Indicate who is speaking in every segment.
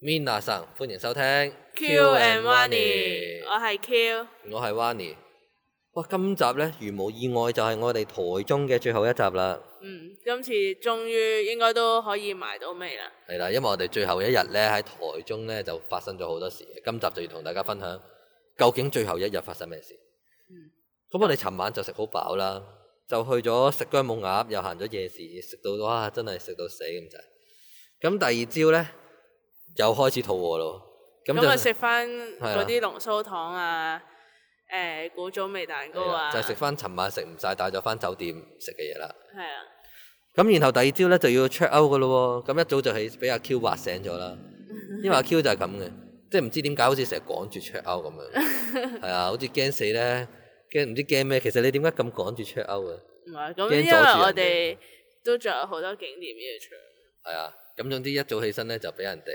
Speaker 1: Mina 生，歡迎收聽
Speaker 2: Q and Wani，我係 Q，
Speaker 1: 我係 Wani。哇，今集呢，如無意外就係我哋台中嘅最後一集啦，
Speaker 2: 嗯，今次終於應該都可以埋到尾啦。
Speaker 1: 係啦，因為我哋最後一日呢，喺台中呢就發生咗好多事，今集就要同大家分享究竟最後一日發生咩事。
Speaker 2: 嗯
Speaker 1: 咁、我哋尋晚就食好飽啦，就去咗食姜母鴨，又行咗夜市，食到哇真係食到死咁滯。咁第二朝呢，又開始肚餓咯，咁
Speaker 2: 咁啊
Speaker 1: 就
Speaker 2: 食翻
Speaker 1: 係啦
Speaker 2: 嗰啲濃酥糖啊，誒、古早味蛋糕
Speaker 1: 係啦
Speaker 2: 啊，
Speaker 1: 就係食翻尋晚食唔晒帶咗翻酒店食嘅嘢啦。
Speaker 2: 係啊，
Speaker 1: 咁然後第二朝咧就要 check out 噶咯喎，咁一早就係俾阿 Q 劃醒咗啦，因為 阿 Q 就係咁嘅，即係唔知點解好似成日趕住 check out 咁 樣，係啊，好似驚死咧，驚唔知驚咩，其實你點解咁趕住 check out 嘅？
Speaker 2: 唔係咁，
Speaker 1: 驚阻
Speaker 2: 因為
Speaker 1: 住人哋
Speaker 2: 我哋都仲有好多景點要去。
Speaker 1: 係啊，咁總之一早起身咧就俾人哋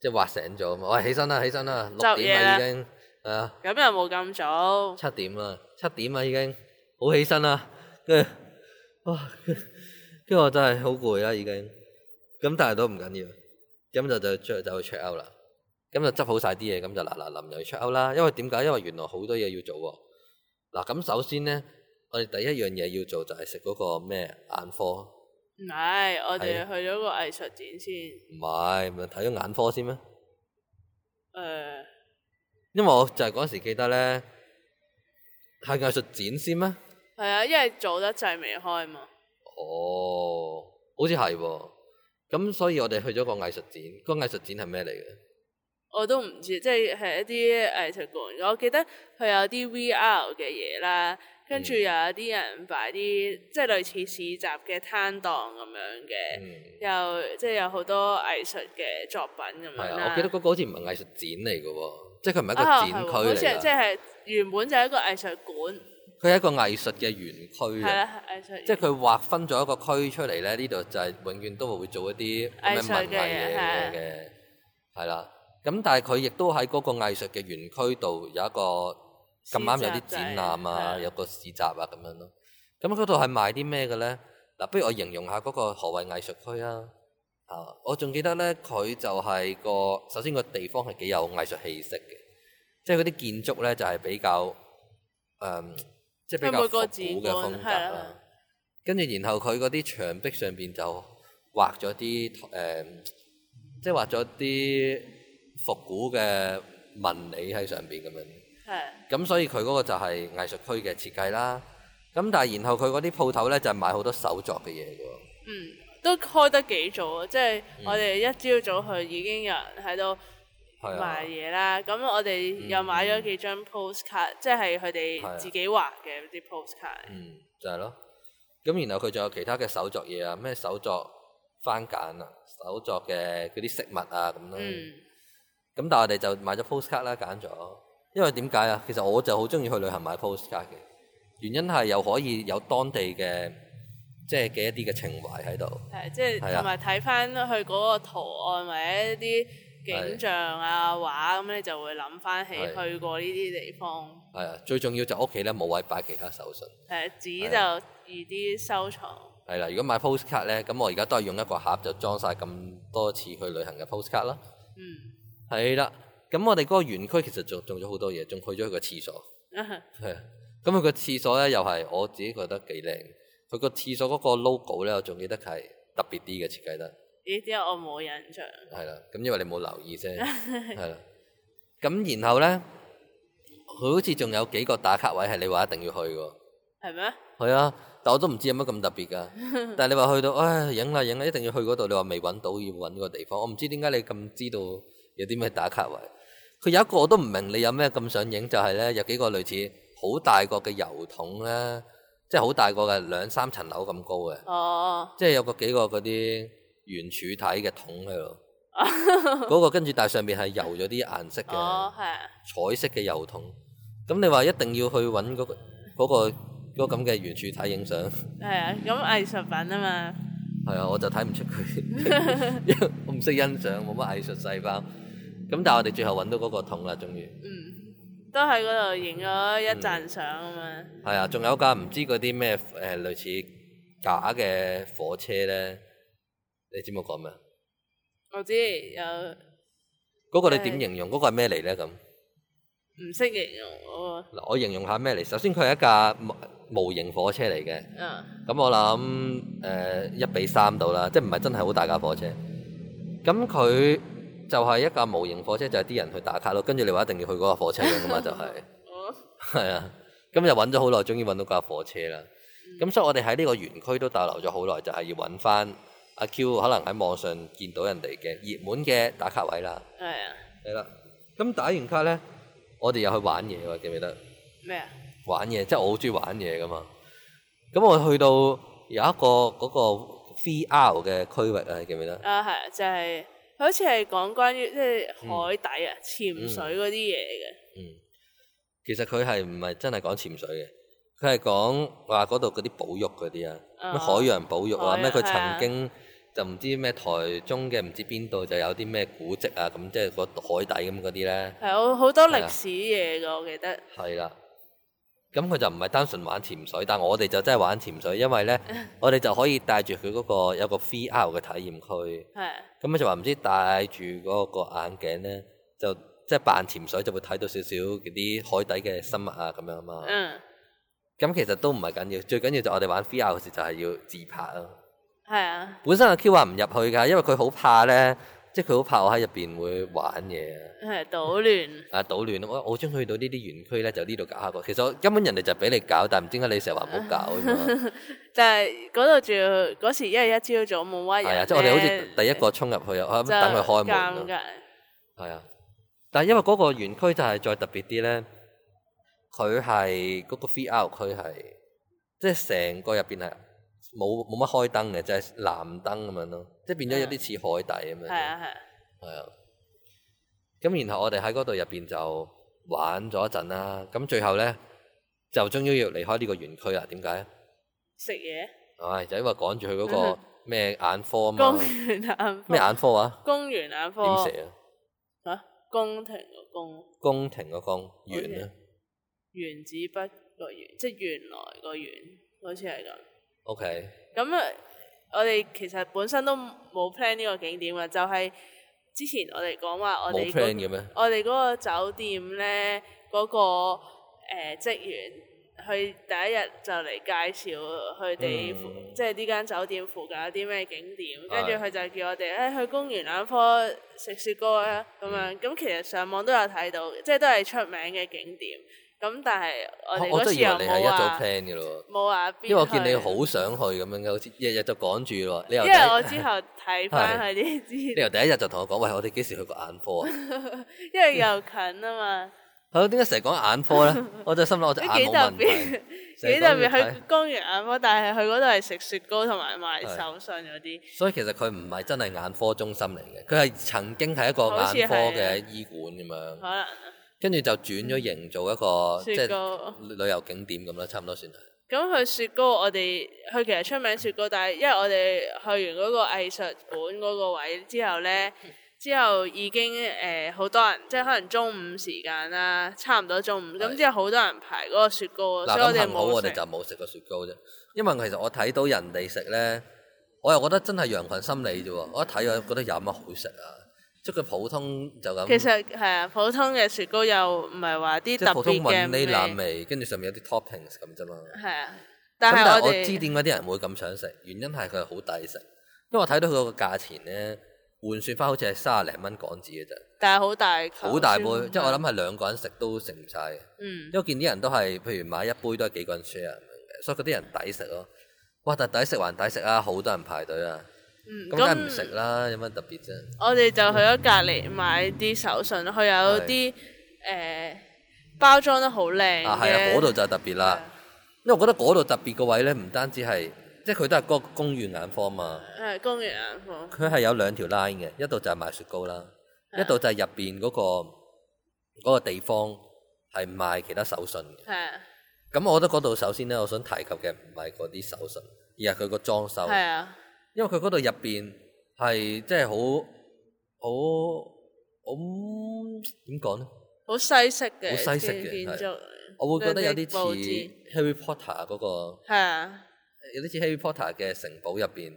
Speaker 1: 即係劃醒咗啊嘛，喂起身啦起身啦，六
Speaker 2: 執
Speaker 1: 點
Speaker 2: 嘢
Speaker 1: 啦
Speaker 2: 啦
Speaker 1: 已經，係啊
Speaker 2: 咁又冇咁早，
Speaker 1: 七點啦七點啊啦已經，好起身啦，跟住哇，跟住我真係好攰啦已經，咁但係都唔緊要。咁就就就就去 check out 啦。咁就執好晒啲嘢，咁就嗱嗱臨又去 check out 啦。因為點解？因為原來好多嘢要做喎。嗱，咁首先咧，我哋第一樣嘢要做就係食嗰個咩眼科，唔
Speaker 2: 唔係
Speaker 1: 係啊
Speaker 2: 我哋去咗個藝術展先。
Speaker 1: 係咪睇咗眼科先咩？
Speaker 2: 誒、
Speaker 1: 因為我就係嗰時記得咧，係藝術展先咩？
Speaker 2: 係啊，因為早得滯未開嘛。
Speaker 1: 哦，好似係喎。咁所以我哋去咗個藝術展，個藝術展係咩嚟嘅？
Speaker 2: 我都唔知，即係係一啲藝術館。我記得佢有啲 VR 嘅嘢啦，跟住
Speaker 1: 嗯
Speaker 2: 又有啲人擺啲即係類似市集嘅攤檔咁樣嘅，
Speaker 1: 嗯，
Speaker 2: 又即係有好多藝術嘅作品咁樣
Speaker 1: 係
Speaker 2: 啦。
Speaker 1: 啊，我記得嗰個好似唔係藝術展嚟嘅喎，即係佢唔係一個
Speaker 2: 啊
Speaker 1: 展
Speaker 2: 係喎好似
Speaker 1: 區嚟
Speaker 2: 係
Speaker 1: 㗎
Speaker 2: 即係原本就係一個藝術館，
Speaker 1: 佢係一個藝術嘅園區
Speaker 2: 係
Speaker 1: 啊，
Speaker 2: 啦，藝術
Speaker 1: 即係佢劃分咗一個區出嚟咧，呢度就係永遠都會做一啲咩
Speaker 2: 藝
Speaker 1: 文
Speaker 2: 術
Speaker 1: 藝
Speaker 2: 嘅
Speaker 1: 嘢嘅
Speaker 2: 係
Speaker 1: 嘅，係啦。咁但係佢亦都喺嗰個藝術嘅園區度有一個咁啱有啲展覽啊，
Speaker 2: 市集仔係啊
Speaker 1: 有個市集啊咁樣咯。咁嗰度係賣啲咩嘅咧？嗱，不如我形容下嗰個何謂藝術區啊。啊，我仲記得咧，佢就係個首先個地方係幾有藝術氣息嘅，即係嗰啲建築咧就係比較誒、嗯即係比較
Speaker 2: 佢每
Speaker 1: 復
Speaker 2: 個
Speaker 1: 古嘅風
Speaker 2: 展館
Speaker 1: 格
Speaker 2: 係
Speaker 1: 啦
Speaker 2: 啊。
Speaker 1: 跟住然後佢嗰啲牆壁上邊就畫咗啲誒，即係畫咗啲復古嘅紋理喺上邊咁樣。
Speaker 2: 係
Speaker 1: 咁所以佢嗰個就係藝術區嘅設計啦。咁但係然後佢嗰啲鋪頭咧就係賣好多手作嘅嘢嘅喎。
Speaker 2: 嗯都開得幾早啊！即係
Speaker 1: 嗯
Speaker 2: 我哋一朝早去已經有人喺度。
Speaker 1: 係啊嗯
Speaker 2: 賣，嘢啦，咁我哋又買咗幾張 postcard，即係佢
Speaker 1: 係啊
Speaker 2: 哋自己畫嘅啲 postcard。
Speaker 1: 嗯，就係、咯。咁然後佢仲有其他嘅手作嘢啊，咩手作番梘啊，手作嘅嗰啲飾物啊咁咯。
Speaker 2: 嗯，
Speaker 1: 咁但係我哋就買咗 postcard 啦，揀咗。因為點解啊？其實我就好中意去旅行買 postcard 嘅，原因係又可以有當地嘅即係嘅一啲嘅情懷喺度。
Speaker 2: 係即係
Speaker 1: 係啊
Speaker 2: 同埋睇翻佢嗰個圖案或者一啲景象啊畫，咁你就會諗翻起
Speaker 1: 係
Speaker 2: 去過呢啲地方。
Speaker 1: 係啊，最重要就屋企咧冇位擺其他手信。
Speaker 2: 誒
Speaker 1: 係
Speaker 2: 紙就易啲收藏。
Speaker 1: 係啦，如果買 postcard 咧，咁我而家都係用一個盒就裝晒咁多次去旅行嘅 postcard 啦。
Speaker 2: 嗯，
Speaker 1: 係啦，咁我哋嗰個園區其實仲做咗好多嘢，仲去咗佢個廁所。係啊，咁佢個廁所咧又係我自己覺得幾靚。佢個廁所嗰個 logo 咧，我仲記得係特別啲嘅設計得。
Speaker 2: 呢啲我冇印象。
Speaker 1: 係啦，咁因為你冇留意啫，係啦。咁然後咧，佢好似仲有幾個打卡位係你話一定要去嘅。
Speaker 2: 係咩？
Speaker 1: 係啊，但我都唔知有乜咁特別㗎。但係你話去到，唉，影啦影啦，一定要去嗰度。你話未揾到，要揾個地方。我唔知點解你咁知道有啲咩打卡位。佢有一個我都唔明，你有咩咁想影？就係、呢，有幾個類似好大個嘅油桶咧，即係好大個嘅兩三層樓咁高嘅，
Speaker 2: 哦，
Speaker 1: 即係有個幾個嗰啲圓柱體嘅桶喺度。嗰個跟住，但係上面係油咗啲顏色嘅。
Speaker 2: 哦，係啊，
Speaker 1: 彩色嘅油桶。咁你話一定要去揾嗰、個嗰、個嗰個咁嘅圓柱體影相，
Speaker 2: 係啊，咁藝術品啊嘛。
Speaker 1: 係啊，我就睇唔出佢，因為我唔識欣賞，冇乜藝術細胞。咁但係我哋最後揾到嗰個桶啦，終於
Speaker 2: 嗯，都喺嗰度影咗一陣相咁樣。
Speaker 1: 係啊，仲有架唔知嗰啲咩誒類似假嘅火車咧，你知唔知我講咩啊？
Speaker 2: 我知有
Speaker 1: 嗰、個你點
Speaker 2: 係
Speaker 1: 形容？嗰、個係咩嚟咧？咁
Speaker 2: 唔識形容我
Speaker 1: 嗱，我形容下咩嚟。首先佢係一架模模型火車嚟嘅，
Speaker 2: 啊，
Speaker 1: 咁我諗誒一比三到啦，即係唔係真係好大架火車。咁佢就係一架模型火車，就係、啲人去打卡咯。跟住你話一定要去嗰架火車嘅嘛，就係、
Speaker 2: 我
Speaker 1: 係啊，咁就揾咗好耐，終於揾到架火車啦。咁所以我哋喺呢個園區都逗留咗好耐，就係、要揾翻阿 Q 可能喺網上見到人哋嘅熱門嘅打卡位啦。
Speaker 2: 係啊
Speaker 1: 係啦，咁打完卡呢，我哋又去玩嘢喎，記唔記得？
Speaker 2: 咩啊？
Speaker 1: 玩嘢，即係我好中意玩嘢噶嘛。咁我去到有一個嗰、個 VR 嘅區域啊，你記唔記得？
Speaker 2: 啊係啊，就係好似係講關於即係海底啊、潛水嗰啲嘢嘅。
Speaker 1: 嗯，其實佢係唔係真係講潛水嘅？佢係講話嗰度嗰啲保育嗰啲啊，
Speaker 2: 啊
Speaker 1: 咩海洋保育啊，
Speaker 2: 海洋
Speaker 1: 咩佢
Speaker 2: 係啊
Speaker 1: 曾經就唔知咩台中嘅唔知邊度就有啲咩古蹟啊，咁即係個海底咁嗰啲咧，
Speaker 2: 係好好多
Speaker 1: 係啊
Speaker 2: 歷史嘢㗎，我記得。
Speaker 1: 係啦。咁佢就唔係單純玩潛水，但我哋就真係玩潛水，因為 咧我哋就可以帶住佢嗰個有個 VR 嘅體驗區，
Speaker 2: 係啊
Speaker 1: 咁佢就話唔知戴住嗰個眼鏡咧，就即係扮潛水就會睇到少少嗰啲海底嘅生物啊咁樣啊嘛。
Speaker 2: 嗯，
Speaker 1: 咁其實都唔係緊要，最緊要就我哋玩 VR 嗰時就係要自拍咯。
Speaker 2: 係啊，
Speaker 1: 本身阿 Q 話唔入去㗎，因為佢好怕咧，即係佢好怕我喺入邊會玩嘢啊，
Speaker 2: 係搗亂。
Speaker 1: 啊搗亂。我我好中意去到呢啲園區咧，就呢度搞下個。其實我根本人哋就俾你搞，但唔知點解你成日話唔好搞啊嘛。
Speaker 2: 但係嗰度仲要嗰時一日一朝早冇乜
Speaker 1: 係
Speaker 2: 人咧。
Speaker 1: 啊，即係我哋好似第一個衝入去啊，我
Speaker 2: 就
Speaker 1: 等佢開門啊
Speaker 2: 尷尬。
Speaker 1: 係啊，但係因為嗰個園區就係再特別啲咧，佢係嗰個 VR 區係即係成個入邊係冇冇乜開燈嘅，就係、藍燈咁樣咯，即係變咗有啲似海底咁樣。
Speaker 2: 係啊係啊，
Speaker 1: 係啊。咁然後我哋喺嗰度入邊就玩咗一陣啦，咁最後咧就終於要離開呢個園區啦。點解？唉、
Speaker 2: 食嘢
Speaker 1: 就因為趕住佢嗰
Speaker 2: 嗯
Speaker 1: 個咩眼科 啊嘛
Speaker 2: 公，園眼科
Speaker 1: 咩眼科啊？
Speaker 2: 公園眼
Speaker 1: 點
Speaker 2: 科
Speaker 1: 寫啊？
Speaker 2: 嚇宮廷個宮。
Speaker 1: 宮廷個宮園啊。
Speaker 2: 原子筆個原，即係原來個原，好似係咁。
Speaker 1: OK。
Speaker 2: 咁啊，我哋其實本身都冇 plan 呢個景點嘅，就係、之前我哋講話我哋
Speaker 1: 冇
Speaker 2: 嗰
Speaker 1: plan 嘅咩？
Speaker 2: 我哋嗰個酒店咧，嗰、個誒、呃、職員去第一日就嚟介紹佢哋附，
Speaker 1: 嗯啊
Speaker 2: 即係呢間酒店附近有啲咩景點，跟住
Speaker 1: 係
Speaker 2: 佢就叫我哋誒、哎去公園眼科食雪糕啊咁樣。
Speaker 1: 嗯
Speaker 2: 咁、其實上網都有睇到，即係都係出名嘅景點。咁但係我哋
Speaker 1: 我哦我
Speaker 2: 嗰
Speaker 1: 真係
Speaker 2: 時
Speaker 1: 以為
Speaker 2: 又
Speaker 1: 你係一
Speaker 2: 冇
Speaker 1: 早
Speaker 2: 話
Speaker 1: plan 嘅咯
Speaker 2: 冇話邊
Speaker 1: 喎，因為我見你
Speaker 2: 去
Speaker 1: 好想去咁樣，好似日日就趕住咯。你由
Speaker 2: 因
Speaker 1: 第
Speaker 2: 為我
Speaker 1: 一
Speaker 2: 之後睇翻佢啲資
Speaker 1: 你
Speaker 2: 料，
Speaker 1: 由第一日就同我講，喂，我哋幾時去過眼科啊？
Speaker 2: 因為又近啊嘛，
Speaker 1: 係咯，點解成日講眼科 咧？我就心諗我隻
Speaker 2: 都
Speaker 1: 眼
Speaker 2: 幾
Speaker 1: 啊冇
Speaker 2: 特
Speaker 1: 問題，
Speaker 2: 別，幾特別。去公園眼科，啊但係去嗰度係食雪糕同埋賣手信嗰 啲，
Speaker 1: 所以其實佢唔係真係眼科中心嚟嘅，佢係曾經係一個
Speaker 2: 好似
Speaker 1: 眼科
Speaker 2: 係啊
Speaker 1: 嘅醫館咁
Speaker 2: 可
Speaker 1: 樣，
Speaker 2: 能啊
Speaker 1: 跟住就轉咗營造一個即
Speaker 2: 嗯雪
Speaker 1: 係
Speaker 2: 糕。
Speaker 1: 旅遊景點咁啦，差唔多算係。
Speaker 2: 咁佢雪糕，我哋佢其實出名雪糕，但係因為我哋去完嗰個藝術館嗰個位之 後呢，之後已經誒好、多人，即係可能中午時間啦，差唔多中午，咁
Speaker 1: 係
Speaker 2: 之後好多人排嗰個雪糕，所以
Speaker 1: 嗱，
Speaker 2: 我
Speaker 1: 咁
Speaker 2: 哋
Speaker 1: 幸好我
Speaker 2: 冇
Speaker 1: 哋
Speaker 2: 食
Speaker 1: 就。冇食過雪糕啫，因為其實我睇到人哋食咧，我又覺得真係羊群心理啫喎。我一睇我覺得有乜好食啊？即係佢普通就咁，
Speaker 2: 其實係啊，普通嘅雪糕又唔係話啲
Speaker 1: 即
Speaker 2: 特
Speaker 1: 係普通
Speaker 2: 別
Speaker 1: 雲呢
Speaker 2: 嘅
Speaker 1: 腩
Speaker 2: 味，
Speaker 1: 味，跟住上面有啲 toppings 咁啫嘛。咁
Speaker 2: 係啊。但
Speaker 1: 但
Speaker 2: 係
Speaker 1: 係
Speaker 2: 我
Speaker 1: 我知
Speaker 2: 哋
Speaker 1: 點解啲人會咁想食，原因係佢係好抵食，因為我睇到佢個價錢咧，換算翻好似係三十零蚊港紙嘅啫，
Speaker 2: 但係好大球
Speaker 1: 好大杯，
Speaker 2: 先
Speaker 1: 即係我諗係兩個人食都食唔晒嘅。
Speaker 2: 嗯
Speaker 1: 因為我見啲人都係，譬如買一杯都係幾個人 share 咁樣嘅，所以嗰啲人抵食咯。哇！但係抵食還抵食啊，好多人排隊啊，
Speaker 2: 嗯
Speaker 1: 咁梗係唔食
Speaker 2: 咁
Speaker 1: 啦，有乜特別啫？
Speaker 2: 我哋就去咗隔離買啲手信，佢有啲誒包裝得好靚嘅
Speaker 1: 啊，係啊，嗰度就特別啦，
Speaker 2: 嗯
Speaker 1: 因為我覺得嗰度特別個位咧，唔單止係，即係佢都係嗰個公園眼科嘛，
Speaker 2: 係公園啊眼科，
Speaker 1: 佢係有兩條 line 嘅，一度就係賣雪糕啦，
Speaker 2: 啊
Speaker 1: 一度就係入邊嗰個嗰、個地方係賣其他手信嘅。
Speaker 2: 係啊
Speaker 1: 咁我覺得嗰度首先咧，我想提及嘅唔係嗰啲手信，而係佢個裝修。
Speaker 2: 係啊，
Speaker 1: 因為佢嗰度入邊係即係好好好點講咧？
Speaker 2: 好西式嘅
Speaker 1: 好西式嘅
Speaker 2: 建建
Speaker 1: 係
Speaker 2: 築，
Speaker 1: 我會覺得有啲似
Speaker 2: 布置
Speaker 1: Harry Potter 嗰、個，
Speaker 2: 係啊
Speaker 1: 有啲似 Harry Potter 嘅城堡入邊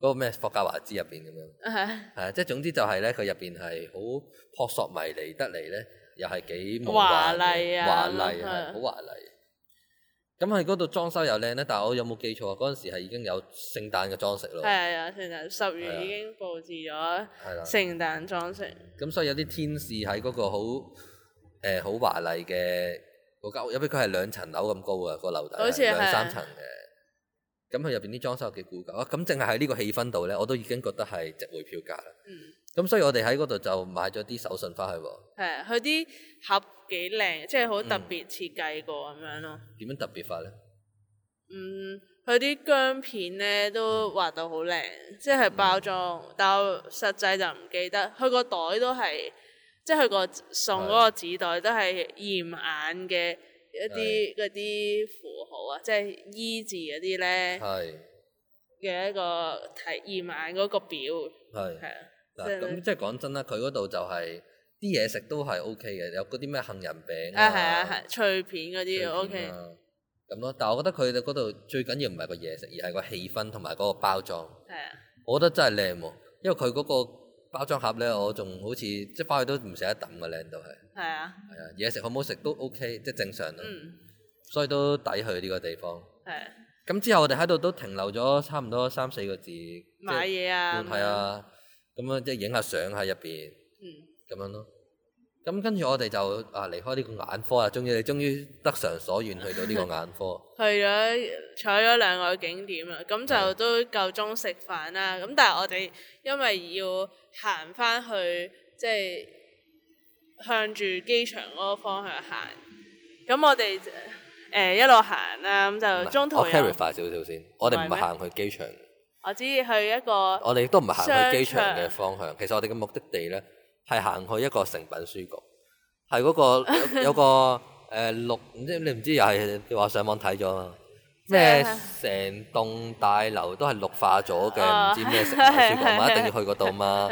Speaker 1: 嗰個咩霍格華茲入邊咁樣。
Speaker 2: 啊
Speaker 1: 係啊，即係總之就係咧，佢入邊係好撲朔迷離得嚟咧，又係幾夢
Speaker 2: 華
Speaker 1: 幻
Speaker 2: 麗啊
Speaker 1: 華麗
Speaker 2: 係
Speaker 1: 係好華麗。咁喺嗰度裝修又靚咧，但係我有冇記錯啊？嗰陣時係已經有聖誕嘅裝飾咯，
Speaker 2: 係啊，聖誕十
Speaker 1: 係啊
Speaker 2: 月已經佈置咗
Speaker 1: 係啦。
Speaker 2: 聖誕裝飾，
Speaker 1: 咁所以有啲天使喺嗰個好誒好華麗嘅嗰間屋，因為佢係兩層樓咁高啊，個樓底
Speaker 2: 好似係
Speaker 1: 兩三層嘅。咁佢入邊啲裝修幾古舊啊！咁淨係喺呢個氣氛度咧，我都已經覺得係值回票價啦。
Speaker 2: 嗯，
Speaker 1: 咁所以我哋喺嗰度就買咗啲手信翻去喎。
Speaker 2: 係啊，佢啲盒幾靚，即係好
Speaker 1: 嗯
Speaker 2: 特別設計過咁樣咯。
Speaker 1: 點樣特別法咧？
Speaker 2: 嗯，佢啲姜片咧都畫到好靚，即係包裝，但我實際就唔記得。佢個袋都係，即係佢個送嗰個紙袋都係驗眼嘅一啲嗰啲符號啊，即係醫字嗰啲咧
Speaker 1: 係
Speaker 2: 嘅一個睇驗眼嗰個表，
Speaker 1: 係
Speaker 2: 係啊，
Speaker 1: 嗱，
Speaker 2: 即係
Speaker 1: 咁即係講真啦，佢嗰度就係啲嘢食都係 O K 嘅，有嗰啲咩杏仁餅
Speaker 2: 啊係啊係脆片嗰
Speaker 1: 脆
Speaker 2: 啲
Speaker 1: 片啊
Speaker 2: OK，
Speaker 1: 咁咯。但係我覺得佢哋嗰度最緊要唔係個嘢食，而係個氣氛同埋嗰個包裝。
Speaker 2: 係啊，
Speaker 1: 我覺得真係靚喎，因為佢嗰個包裝盒咧，我仲好似即係翻去都唔捨得抌嘅，靚到係
Speaker 2: 係
Speaker 1: 係
Speaker 2: 啊，
Speaker 1: 啊，嘢食好唔好食都 O K，即係正常咯，
Speaker 2: 嗯，
Speaker 1: 所以都抵去呢個地方。
Speaker 2: 係啊
Speaker 1: 咁之後我哋喺度都停留咗差唔多三四個字，即係
Speaker 2: 買嘢啊，
Speaker 1: 嗯係啊，咁樣即係影下相喺入邊
Speaker 2: 嗯，
Speaker 1: 咁樣咯。咁跟住我哋就啊離開呢個眼科啦，終於你終於得償所願去到呢個眼科，
Speaker 2: 去咗採咗兩個景點啦，咁就都夠鐘食飯啦。咁但係我哋因為要行翻去，即係向住機場嗰個方向行。咁我哋誒、呃一路行啦，咁
Speaker 1: 唔
Speaker 2: 就
Speaker 1: 係
Speaker 2: 呃中途
Speaker 1: 我
Speaker 2: 有
Speaker 1: clarify 少少先，我哋唔
Speaker 2: 唔係
Speaker 1: 係
Speaker 2: 咩
Speaker 1: 行去機場，
Speaker 2: 我只去一個
Speaker 1: 我哋都唔係行去機場
Speaker 2: 商場
Speaker 1: 嘅方向。其實我哋嘅目的地咧係行去一個誠品書局，係嗰、個 有有個誒綠，唔知你唔知又係你話上網睇咗啊嘛？
Speaker 2: 即係
Speaker 1: 咩成棟大樓都係綠化咗嘅，唔
Speaker 2: 哦
Speaker 1: 知咩誠品書局 嘛，一定要去嗰度嘛。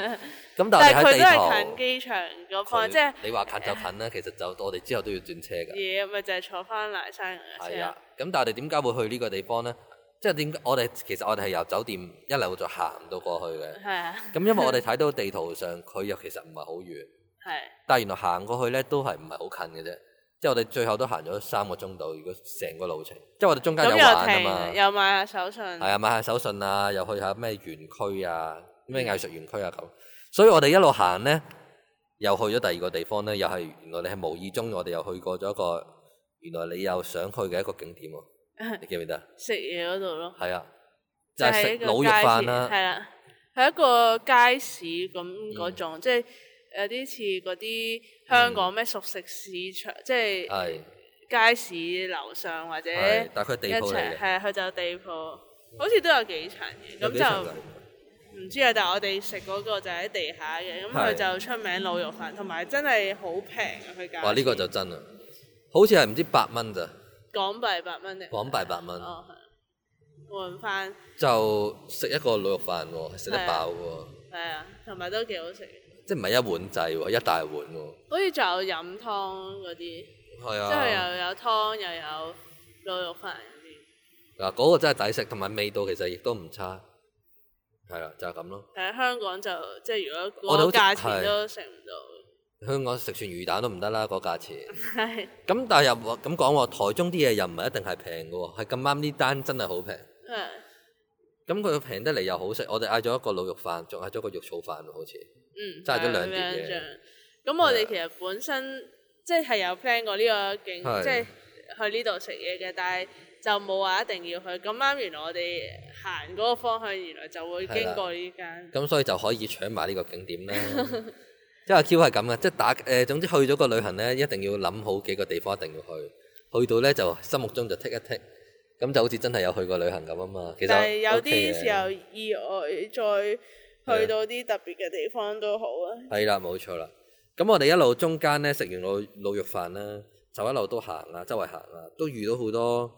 Speaker 1: 咁但係我哋喺
Speaker 2: 但係佢
Speaker 1: 地
Speaker 2: 都
Speaker 1: 圖
Speaker 2: 係近。機場嗰
Speaker 1: 佢
Speaker 2: 方，即係
Speaker 1: 你話近就近啦，其實就我哋之後都要轉車㗎。
Speaker 2: 嘢咪就係坐翻嚟山嘅車。
Speaker 1: 係啊，咁但係我哋點解會去呢個地方呢？即係點解我哋其實我哋係由酒店一路就行到過去嘅。
Speaker 2: 係啊，
Speaker 1: 咁因為我哋睇到地圖上佢又其實唔係好遠，
Speaker 2: 係啊
Speaker 1: 但係原來行過去呢都係唔係好近嘅啫。即係我哋最後都行咗三個鐘度，如果成個路程，即係我哋中間
Speaker 2: 咁
Speaker 1: 有玩啊
Speaker 2: 又停，
Speaker 1: 嘛，
Speaker 2: 又買下手信。
Speaker 1: 係啊，買下手信啊，又去下咩園區啊，
Speaker 2: 嗯
Speaker 1: 咩藝術園區啊咁。所以我哋一路行呢，又去咗第二個地方呢，又係原來你係無意中我哋又去過咗一個原來你又想去嘅一個景點 喎，你記唔記得啊？
Speaker 2: 食嘢嗰度咯，
Speaker 1: 係啊，就係
Speaker 2: 係一
Speaker 1: 食
Speaker 2: 個
Speaker 1: 滷肉
Speaker 2: 街市
Speaker 1: 飯啊啦，
Speaker 2: 係啦，係一個街市咁
Speaker 1: 嗯
Speaker 2: 嗰種，即係有啲似嗰啲香港咩熟食市場，
Speaker 1: 嗯
Speaker 2: 即係
Speaker 1: 係
Speaker 2: 街市樓上或者
Speaker 1: 啊係，但係佢係地
Speaker 2: 一
Speaker 1: 鋪嚟
Speaker 2: 齊
Speaker 1: 嘅，
Speaker 2: 係佢就地鋪，好似都有幾層嘅，
Speaker 1: 有幾層
Speaker 2: 咁
Speaker 1: 㗎
Speaker 2: 就唔知啊。但係我哋食嗰個就喺地下嘅，咁
Speaker 1: 係
Speaker 2: 佢就出名滷肉飯，同埋真係好平啊！佢價
Speaker 1: 哇！呢個就真啦，好似係唔知八蚊咋，
Speaker 2: 港幣八蚊定
Speaker 1: 港幣八蚊
Speaker 2: 哦係換翻
Speaker 1: 就食一個滷肉飯喎，食得
Speaker 2: 係
Speaker 1: 飽
Speaker 2: 啊
Speaker 1: 喎，
Speaker 2: 係啊，同埋都幾好食嘅。
Speaker 1: 即係唔係一碗仔喎，一大碗喎，
Speaker 2: 好似仲有飲湯嗰啲，即
Speaker 1: 係
Speaker 2: 係
Speaker 1: 啊，
Speaker 2: 又有湯又有滷肉飯嗰啲，
Speaker 1: 嗱嗰個真係抵食，同埋味道其實亦都唔差，係啦，就係咁咯。
Speaker 2: 喺香港就即係如
Speaker 1: 我哋
Speaker 2: 果嗰
Speaker 1: 好
Speaker 2: 個
Speaker 1: 似
Speaker 2: 價錢都食唔到，
Speaker 1: 香港食串魚蛋都唔得啦，個價錢。
Speaker 2: 係
Speaker 1: 咁但係又話咁講喎，台中啲嘢又唔係一定係平嘅喎，係咁啱呢單真係好平。
Speaker 2: 係
Speaker 1: 咁佢平得嚟又好食，我哋嗌咗一個滷肉飯，仲嗌咗個肉燥飯喎，好似
Speaker 2: 嗯，
Speaker 1: 齋咗兩碟
Speaker 2: 係
Speaker 1: 嘢啊
Speaker 2: 咁樣醬。咁我哋其實本身即係有 plan 過呢個景，
Speaker 1: 係
Speaker 2: 即係去呢度食嘢嘅，但係就冇話一定要去。咁啱原來我哋行嗰個方向，原來就會經過呢間，
Speaker 1: 咁所以就可以搶埋呢個景 點啦。即係阿 Q 係咁嘅，即係打誒、呃，總之去咗個旅行咧，一定要諗好幾個地方一定要去，去到咧就心目中就剔一剔，咁就好似真係有去過旅行咁啊嘛。其實
Speaker 2: 但係有
Speaker 1: OK
Speaker 2: 啲
Speaker 1: 嘅啊
Speaker 2: 時候意外再去到啲特別嘅地方都好啊。
Speaker 1: 係啦，冇錯啦。咁我哋一路中間咧食完滷滷肉飯啦，就一路都行啦，周圍行啦，都遇到好多，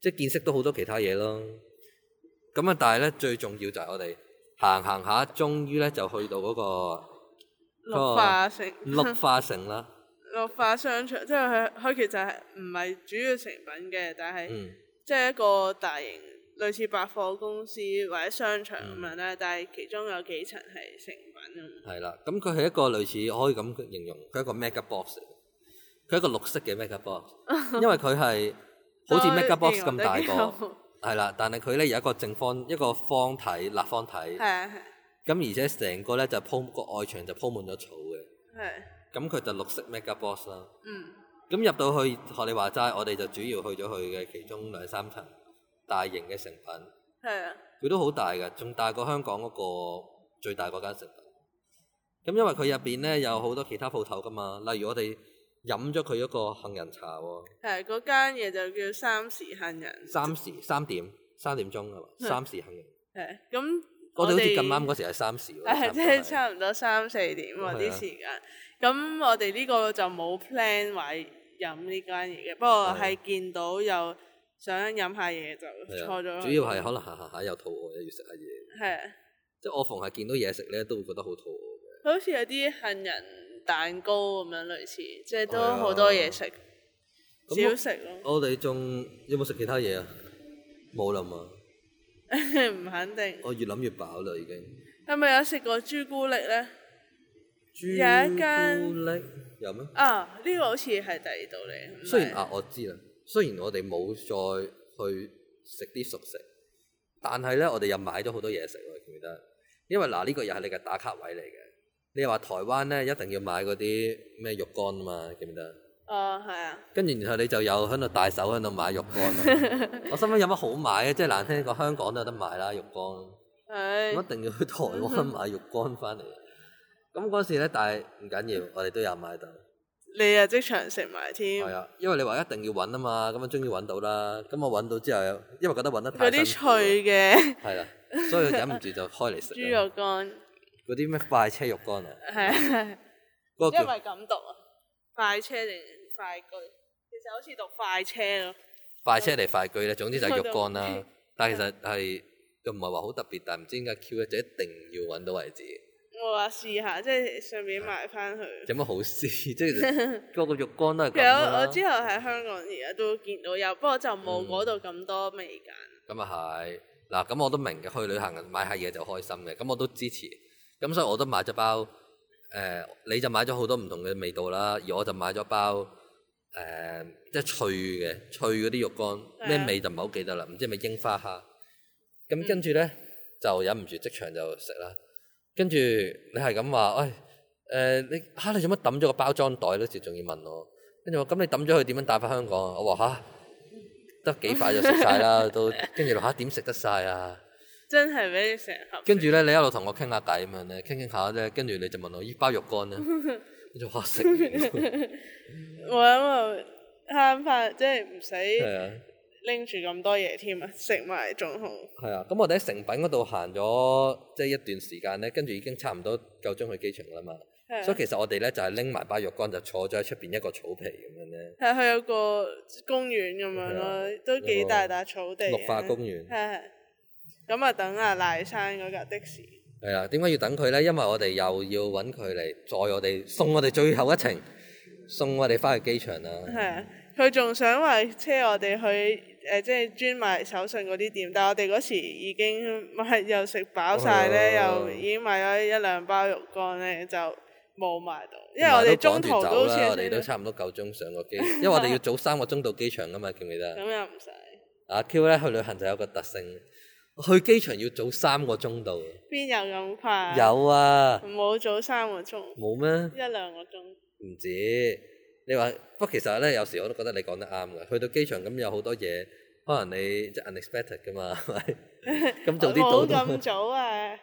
Speaker 1: 即係見識到好多其他嘢咯。咁啊，但係咧最重要就係我哋行行下，終於咧就去到嗰個
Speaker 2: 綠化城、
Speaker 1: 哦綠化城啦。
Speaker 2: 綠化商場，即係佢佢其實係唔係主要成品嘅，但係
Speaker 1: 嗯，
Speaker 2: 即係一個大型類似百貨公司或者商場咁
Speaker 1: 嗯
Speaker 2: 樣啦，但係其中有幾層係成品咁。
Speaker 1: 係啦，咁佢係一個類似可以咁形容，佢係一個 mega box，嚟嘅佢係一個綠色嘅 mega box，因為佢係好似 mega box 咁大
Speaker 2: 都形容得幾
Speaker 1: 個，係啦，但係佢咧有一個正方一個方體立方體，
Speaker 2: 係啊
Speaker 1: 咁而且成個咧就鋪個外牆就鋪滿咗草嘅，
Speaker 2: 係係
Speaker 1: 咁佢就綠色 mega box 啦。
Speaker 2: 嗯
Speaker 1: 咁入到去學你話齋，我哋就主要去咗佢嘅其中兩三層大型嘅成品。
Speaker 2: 係啊
Speaker 1: 佢都好大㗎，仲大過香港嗰個最大嗰間食品。咁因為佢入邊咧有好多其他鋪頭噶嘛，例如我哋飲咗佢一個杏仁茶喎，
Speaker 2: 係啊嗰間嘢就叫三時杏人。
Speaker 1: 三時三點三點鐘係嘛？
Speaker 2: 嗯
Speaker 1: 三時杏仁，
Speaker 2: 係啊咁，
Speaker 1: 我哋好似咁啱
Speaker 2: 嗰
Speaker 1: 嗰時係三時喎，
Speaker 2: 係 即
Speaker 1: 差唔
Speaker 2: 係差唔多三四點嗰
Speaker 1: 係
Speaker 2: 啲
Speaker 1: 啊
Speaker 2: 時間。咁我哋呢個就冇 plan 話飲呢間嘢嘅，不過
Speaker 1: 係
Speaker 2: 係見到有想飲下嘢就
Speaker 1: 多係
Speaker 2: 錯咗
Speaker 1: 啊
Speaker 2: 去。
Speaker 1: 主要係可能行行下又肚餓，又要食下嘢。
Speaker 2: 係啊
Speaker 1: 即係我逢係見到嘢食咧，都會覺得好肚餓
Speaker 2: 好似有啲杏仁蛋糕咁樣類似，即係都
Speaker 1: 係啊
Speaker 2: 好多嘢食，
Speaker 1: 咁我
Speaker 2: 少食咯，
Speaker 1: 嘅。我哋仲有冇食其他嘢啊？冇啦嘛，
Speaker 2: 唔肯定。
Speaker 1: 我越諗越飽啦已經。
Speaker 2: 係咪有食過朱古力呢？
Speaker 1: 朱
Speaker 2: 一間
Speaker 1: 古力有咩？
Speaker 2: 啊，呢、個好似係第二度嚟。唔係
Speaker 1: 雖然啊，我知啦，雖然我哋冇再去食啲熟食，但係咧，我哋又買咗好多嘢食喎，記唔記得？因為嗱，呢、個又係你嘅打卡位嚟嘅。你又話台灣咧一定要買嗰啲咩肉乾啊嘛，記唔記得？
Speaker 2: 哦，係啊，
Speaker 1: 跟住然後你就有喺度大手喺度買肉乾 啊。我心諗有乜好買啊？即係難聽講，香港都有得買啦，肉乾。
Speaker 2: 唉
Speaker 1: 咁一定要去台灣買肉乾翻嚟。咁嗰陣時咧，但係唔緊要，我哋都有買到。
Speaker 2: 你又即場食埋添
Speaker 1: 係，啊，因為你話一定要揾啊嘛，咁啊終於揾到啦。咁我揾到之後，因為覺得揾得
Speaker 2: 嗰
Speaker 1: 太辛苦啊
Speaker 2: 啲脆嗯嘅
Speaker 1: 係啦，所以忍唔住就開 嚟食
Speaker 2: 豬
Speaker 1: 啦。
Speaker 2: 肉乾，
Speaker 1: 嗰啲咩快車肉乾啊，
Speaker 2: 係
Speaker 1: 嗰、個
Speaker 2: 因
Speaker 1: 叫
Speaker 2: 為咁讀啊，快車定快居，其實好似讀快車咯，
Speaker 1: 快車嚟快居咧。總之就係肉 乾
Speaker 2: 我都唔
Speaker 1: 啦
Speaker 2: 知，
Speaker 1: 但係其實係又唔係話好特別，但係唔知點解 Q 咧就一定要揾到為止。
Speaker 2: 我話試下，即係順便買翻去。
Speaker 1: 有乜好試？即係個個肉乾都係
Speaker 2: 其實
Speaker 1: 嗯咁啊
Speaker 2: 我啊我
Speaker 1: 啦。
Speaker 2: 之後喺香港而家都見到有，不過就
Speaker 1: 嗯
Speaker 2: 冇嗰度咁多味揀。
Speaker 1: 咁啊係，嗱咁我都明嘅，去旅行啊買下嘢就開心嘅，咁我都支持，咁所以我都買咗包，誒、呃你就買咗好多唔同嘅味道啦，而我就買咗包誒、呃即係脆嘅脆嗰啲肉乾，
Speaker 2: 係啊
Speaker 1: 咩味就唔係好記得啦，唔知係咪櫻花蝦，咁跟住咧就忍唔住即場就食啦，跟住你係咁話，喂、誒、你嚇、你做乜抌咗個包裝袋咧？仲要問我，跟住我咁你抌咗佢點樣帶翻香港啊？我話嚇。得幾塊就食晒啦， 都跟住嚇點食得晒啊？
Speaker 2: 真係俾你成盒。
Speaker 1: 跟住咧，你一路同我傾下偈咁樣咧，傾傾下咧，跟住你就問我依包肉 乾咧，我就話食完，係
Speaker 2: 我諗我慳翻，即係唔使
Speaker 1: 啊，
Speaker 2: 拎住咁多嘢添啊，食埋仲好。
Speaker 1: 係啊。咁我哋喺成品嗰度行咗即係一段時間咧，跟住已經差唔多夠鐘去機場啦嘛。
Speaker 2: 係
Speaker 1: 所
Speaker 2: 啊
Speaker 1: 以其實我哋咧就係拎埋包肉乾就坐咗喺出邊一個草皮咁樣咧，
Speaker 2: 係佢有個公園咁樣
Speaker 1: 係啊
Speaker 2: 咯，都幾大笪草地。
Speaker 1: 綠化公。園
Speaker 2: 係。啊係。 咁啊，等啊賴山嗰架的士。
Speaker 1: 係啦，點解要等佢呢？因為我哋又要揾佢嚟載我哋送我哋最後一程，送我哋翻去機場啦。
Speaker 2: 係啊，佢仲想話車我哋去誒、即係專賣手信嗰啲店，但係我哋嗰時已經買又食飽晒咧，
Speaker 1: 哦
Speaker 2: 又已經買咗一兩包肉乾咧，就冇買到，因
Speaker 1: 因
Speaker 2: 為
Speaker 1: 為
Speaker 2: 我
Speaker 1: 我
Speaker 2: 哋
Speaker 1: 哋
Speaker 2: 中
Speaker 1: 中
Speaker 2: 途
Speaker 1: 途
Speaker 2: 都
Speaker 1: 都
Speaker 2: 好似
Speaker 1: 我哋都差唔多夠鐘上個 機，因為我哋要早三個鐘到機場噶啊嘛，記唔記得？
Speaker 2: 咁又唔使
Speaker 1: 阿 Q 咧去旅行就有個特性，去機場要早三個鐘到。
Speaker 2: 邊有咁快？
Speaker 1: 有啊，
Speaker 2: 冇早三個鐘，
Speaker 1: 冇咩？
Speaker 2: 一兩個鐘。
Speaker 1: 唔止。你話不過其實咧，有時我都覺得你講得啱嘅。去到機場咁有好多嘢，可能你即係 unexpected 噶嘛，係 咪？咁早
Speaker 2: 冇
Speaker 1: 啲到
Speaker 2: 咁早啊！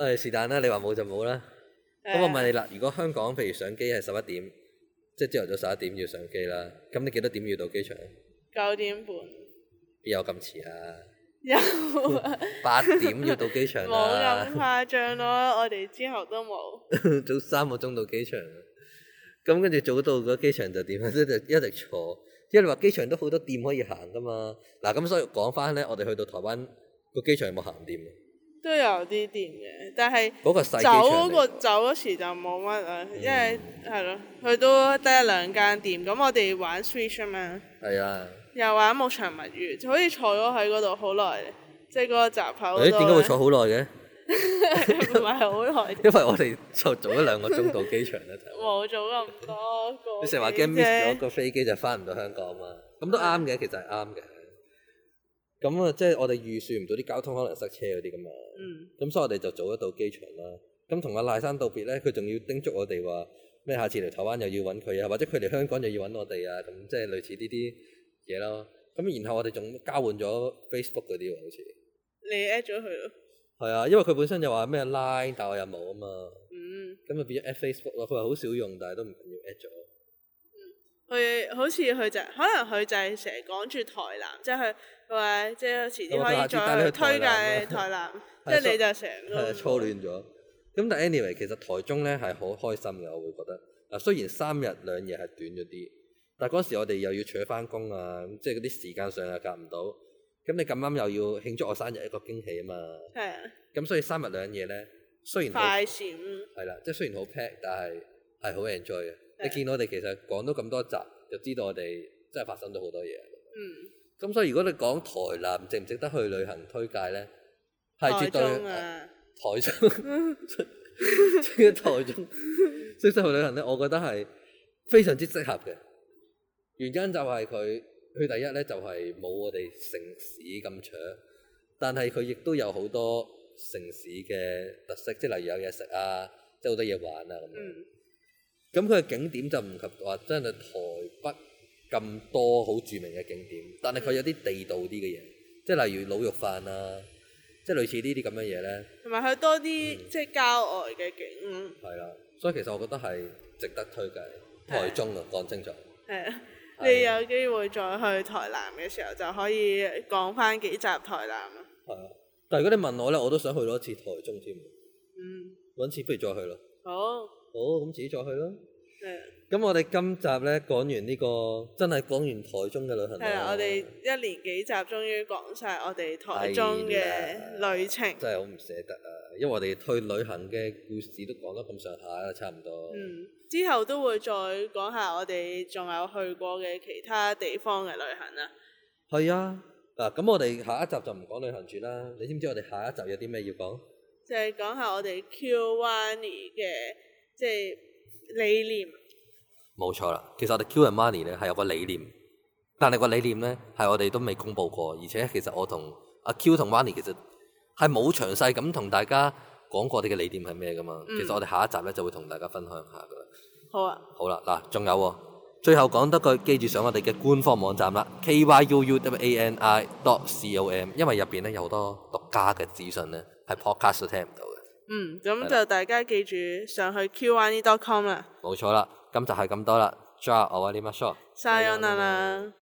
Speaker 1: 誒是但啦，你話冇就冇啦。咁我
Speaker 2: 係啊
Speaker 1: 問你啦，如果香港譬如上機係十一點，即係朝頭早十一點要上機啦，咁你幾多點要到機場？啊
Speaker 2: 九點半
Speaker 1: 邊有咁遲啊？
Speaker 2: 有 啊
Speaker 1: 八點要到機場啊
Speaker 2: 冇咁
Speaker 1: 啦，
Speaker 2: 誇張咯，我哋之後都冇。
Speaker 1: 早三個鐘到機場啦。咁跟住早到個機場就點啊？ 一直一直坐，因為你話機場都好多店可以行噶嘛。嗱咁所以講翻咧，我哋去到台灣個機場有冇行店啊？
Speaker 2: 都有啲店嘅，但係
Speaker 1: 嗰、個細機
Speaker 2: 走嗰
Speaker 1: 場嗯
Speaker 2: 個
Speaker 1: 嚟，
Speaker 2: 走嗰時就冇乜啦，因為係咯，佢都得一兩間店。咁我哋玩 Switch 啊嘛，
Speaker 1: 係啊，
Speaker 2: 又玩牧場物語，就好似坐咗喺嗰度好耐，即係嗰個閘口
Speaker 1: 誒
Speaker 2: 嗰度
Speaker 1: 點解會
Speaker 2: 呢
Speaker 1: 坐好耐嘅？
Speaker 2: 唔係好耐啫，
Speaker 1: 因為我哋就早一兩個鐘到機場啦，就
Speaker 2: 冇做咁多個。
Speaker 1: 你成日話驚 miss 咗個飛機就翻唔到香港嘛，咁都啱嘅，其實係啱嘅。咁啊，即係我哋預算唔到啲交通可能塞車嗰啲噶嘛，
Speaker 2: 嗯，
Speaker 1: 咁所以我哋就早一到機場啦。咁同阿賴生道別咧，佢仲要叮囑我哋話咩？下次嚟台灣又要揾佢啊，或者佢嚟香港又要揾我哋啊，咁即係類似呢啲嘢咯。咁然後我哋仲交換咗 Facebook 嗰啲喎，好似
Speaker 2: 你 at 咗佢咯。
Speaker 1: 係啊，因為佢本身就話咩 Line，但我又冇啊嘛，
Speaker 2: 嗯，
Speaker 1: 咁就變咗 at Facebook 咯。佢話好少用，但係都唔緊要 at 咗。
Speaker 2: 佢好似佢就可能佢就係成日講住台南，即係佢佢話即係遲啲可
Speaker 1: 我下
Speaker 2: 以
Speaker 1: 次帶你
Speaker 2: 再
Speaker 1: 去台
Speaker 2: 推
Speaker 1: 南
Speaker 2: 介
Speaker 1: 啊
Speaker 2: 台南，即
Speaker 1: 係
Speaker 2: 係你就成
Speaker 1: 係
Speaker 2: 個
Speaker 1: 啊初戀咗。咁但 anyway，其實台中咧係好開心嘅，我會覺得。嗱，雖然三日兩夜係短咗啲，但嗰時我哋又要扯翻工啊，咁即係嗰啲時間上又夾唔到。咁你咁啱又要慶祝我生日一個驚喜啊嘛。
Speaker 2: 係啊，
Speaker 1: 咁所以三日兩夜咧，雖然好
Speaker 2: 快閃嗯
Speaker 1: 係啦，即係雖然好 pack，但係係好 enjoy 嘅。
Speaker 2: 係
Speaker 1: 你見我哋其實講咗咁多集，就知道我哋真係發生咗好多嘢。
Speaker 2: 嗯。
Speaker 1: 咁所以如果你講台南值唔值得去旅行推介咧，係
Speaker 2: 台
Speaker 1: 絕對
Speaker 2: 中啊，
Speaker 1: 台中，即係台中識得去旅行咧，我覺得係非常之適合嘅。原因就係佢佢第一咧就係冇我哋城市咁搶，但係佢亦都有好多城市嘅特色，即係例如有嘢食啊，即係好多嘢玩啊咁樣。
Speaker 2: 嗯
Speaker 1: 咁佢嘅景點就唔及話真係台北咁多好著名嘅景點，但係佢有啲地道啲嘅嘢，即係例如滷肉飯啊，即係類似呢啲咁嘅嘢咧，
Speaker 2: 同埋佢多啲即係郊外嘅嗯景咯，
Speaker 1: 係啦。所以其實我覺得係值得推介台中啊，講清楚。
Speaker 2: 係啊。
Speaker 1: 係
Speaker 2: 你有機會再去台南嘅時候，就可以講翻幾集台南啊。
Speaker 1: 係啊，但係如果你問我咧，我都想去多一次台中添，
Speaker 2: 嗯，
Speaker 1: 揾次不如再去咯。
Speaker 2: 好，
Speaker 1: 好，咁自己再去咯。
Speaker 2: 係啊
Speaker 1: 咁我哋今集咧講完呢、個，真係講完台中嘅旅行啦。啊
Speaker 2: 係啦，啊我哋一連幾集終於講晒我哋台中嘅旅程。
Speaker 1: 真係好唔捨得啊！因為我哋去旅行嘅故事都講得咁上下啦，差唔多。
Speaker 2: 嗯，之後都會再講下我哋仲有去過嘅其他地方嘅旅行啦。
Speaker 1: 係啊，嗱咁我哋下一集就唔講旅行住啦。你知唔知我哋下一集有啲咩要講？
Speaker 2: 就係講下我哋 Q Wani 嘅即係理念。
Speaker 1: 冇錯啦，其實我哋 Q and Money 咧係有個理念，但係個理念咧係我哋都未公佈過，而且其實我同阿 Q 同 Money 其實係冇詳細咁同大家講過我哋嘅理念係咩噶嘛。
Speaker 2: 嗯
Speaker 1: 其實我哋下一集咧就會同大家分享下噶啦。
Speaker 2: 好啊，
Speaker 1: 好啦，嗱，仲有喎，最後講得句，記住上我哋嘅官方網站啦，kyuuwani dot com，因為入邊咧有好多獨家嘅資訊咧，係 podcast 都聽唔到嘅。
Speaker 2: 嗯，咁
Speaker 1: 係
Speaker 2: 就
Speaker 1: 啦
Speaker 2: 大家記住上去 Q Wani dot com 啦。
Speaker 1: 冇錯啦，今集係咁多啦，再我話你乜 s h o
Speaker 2: Sayonara。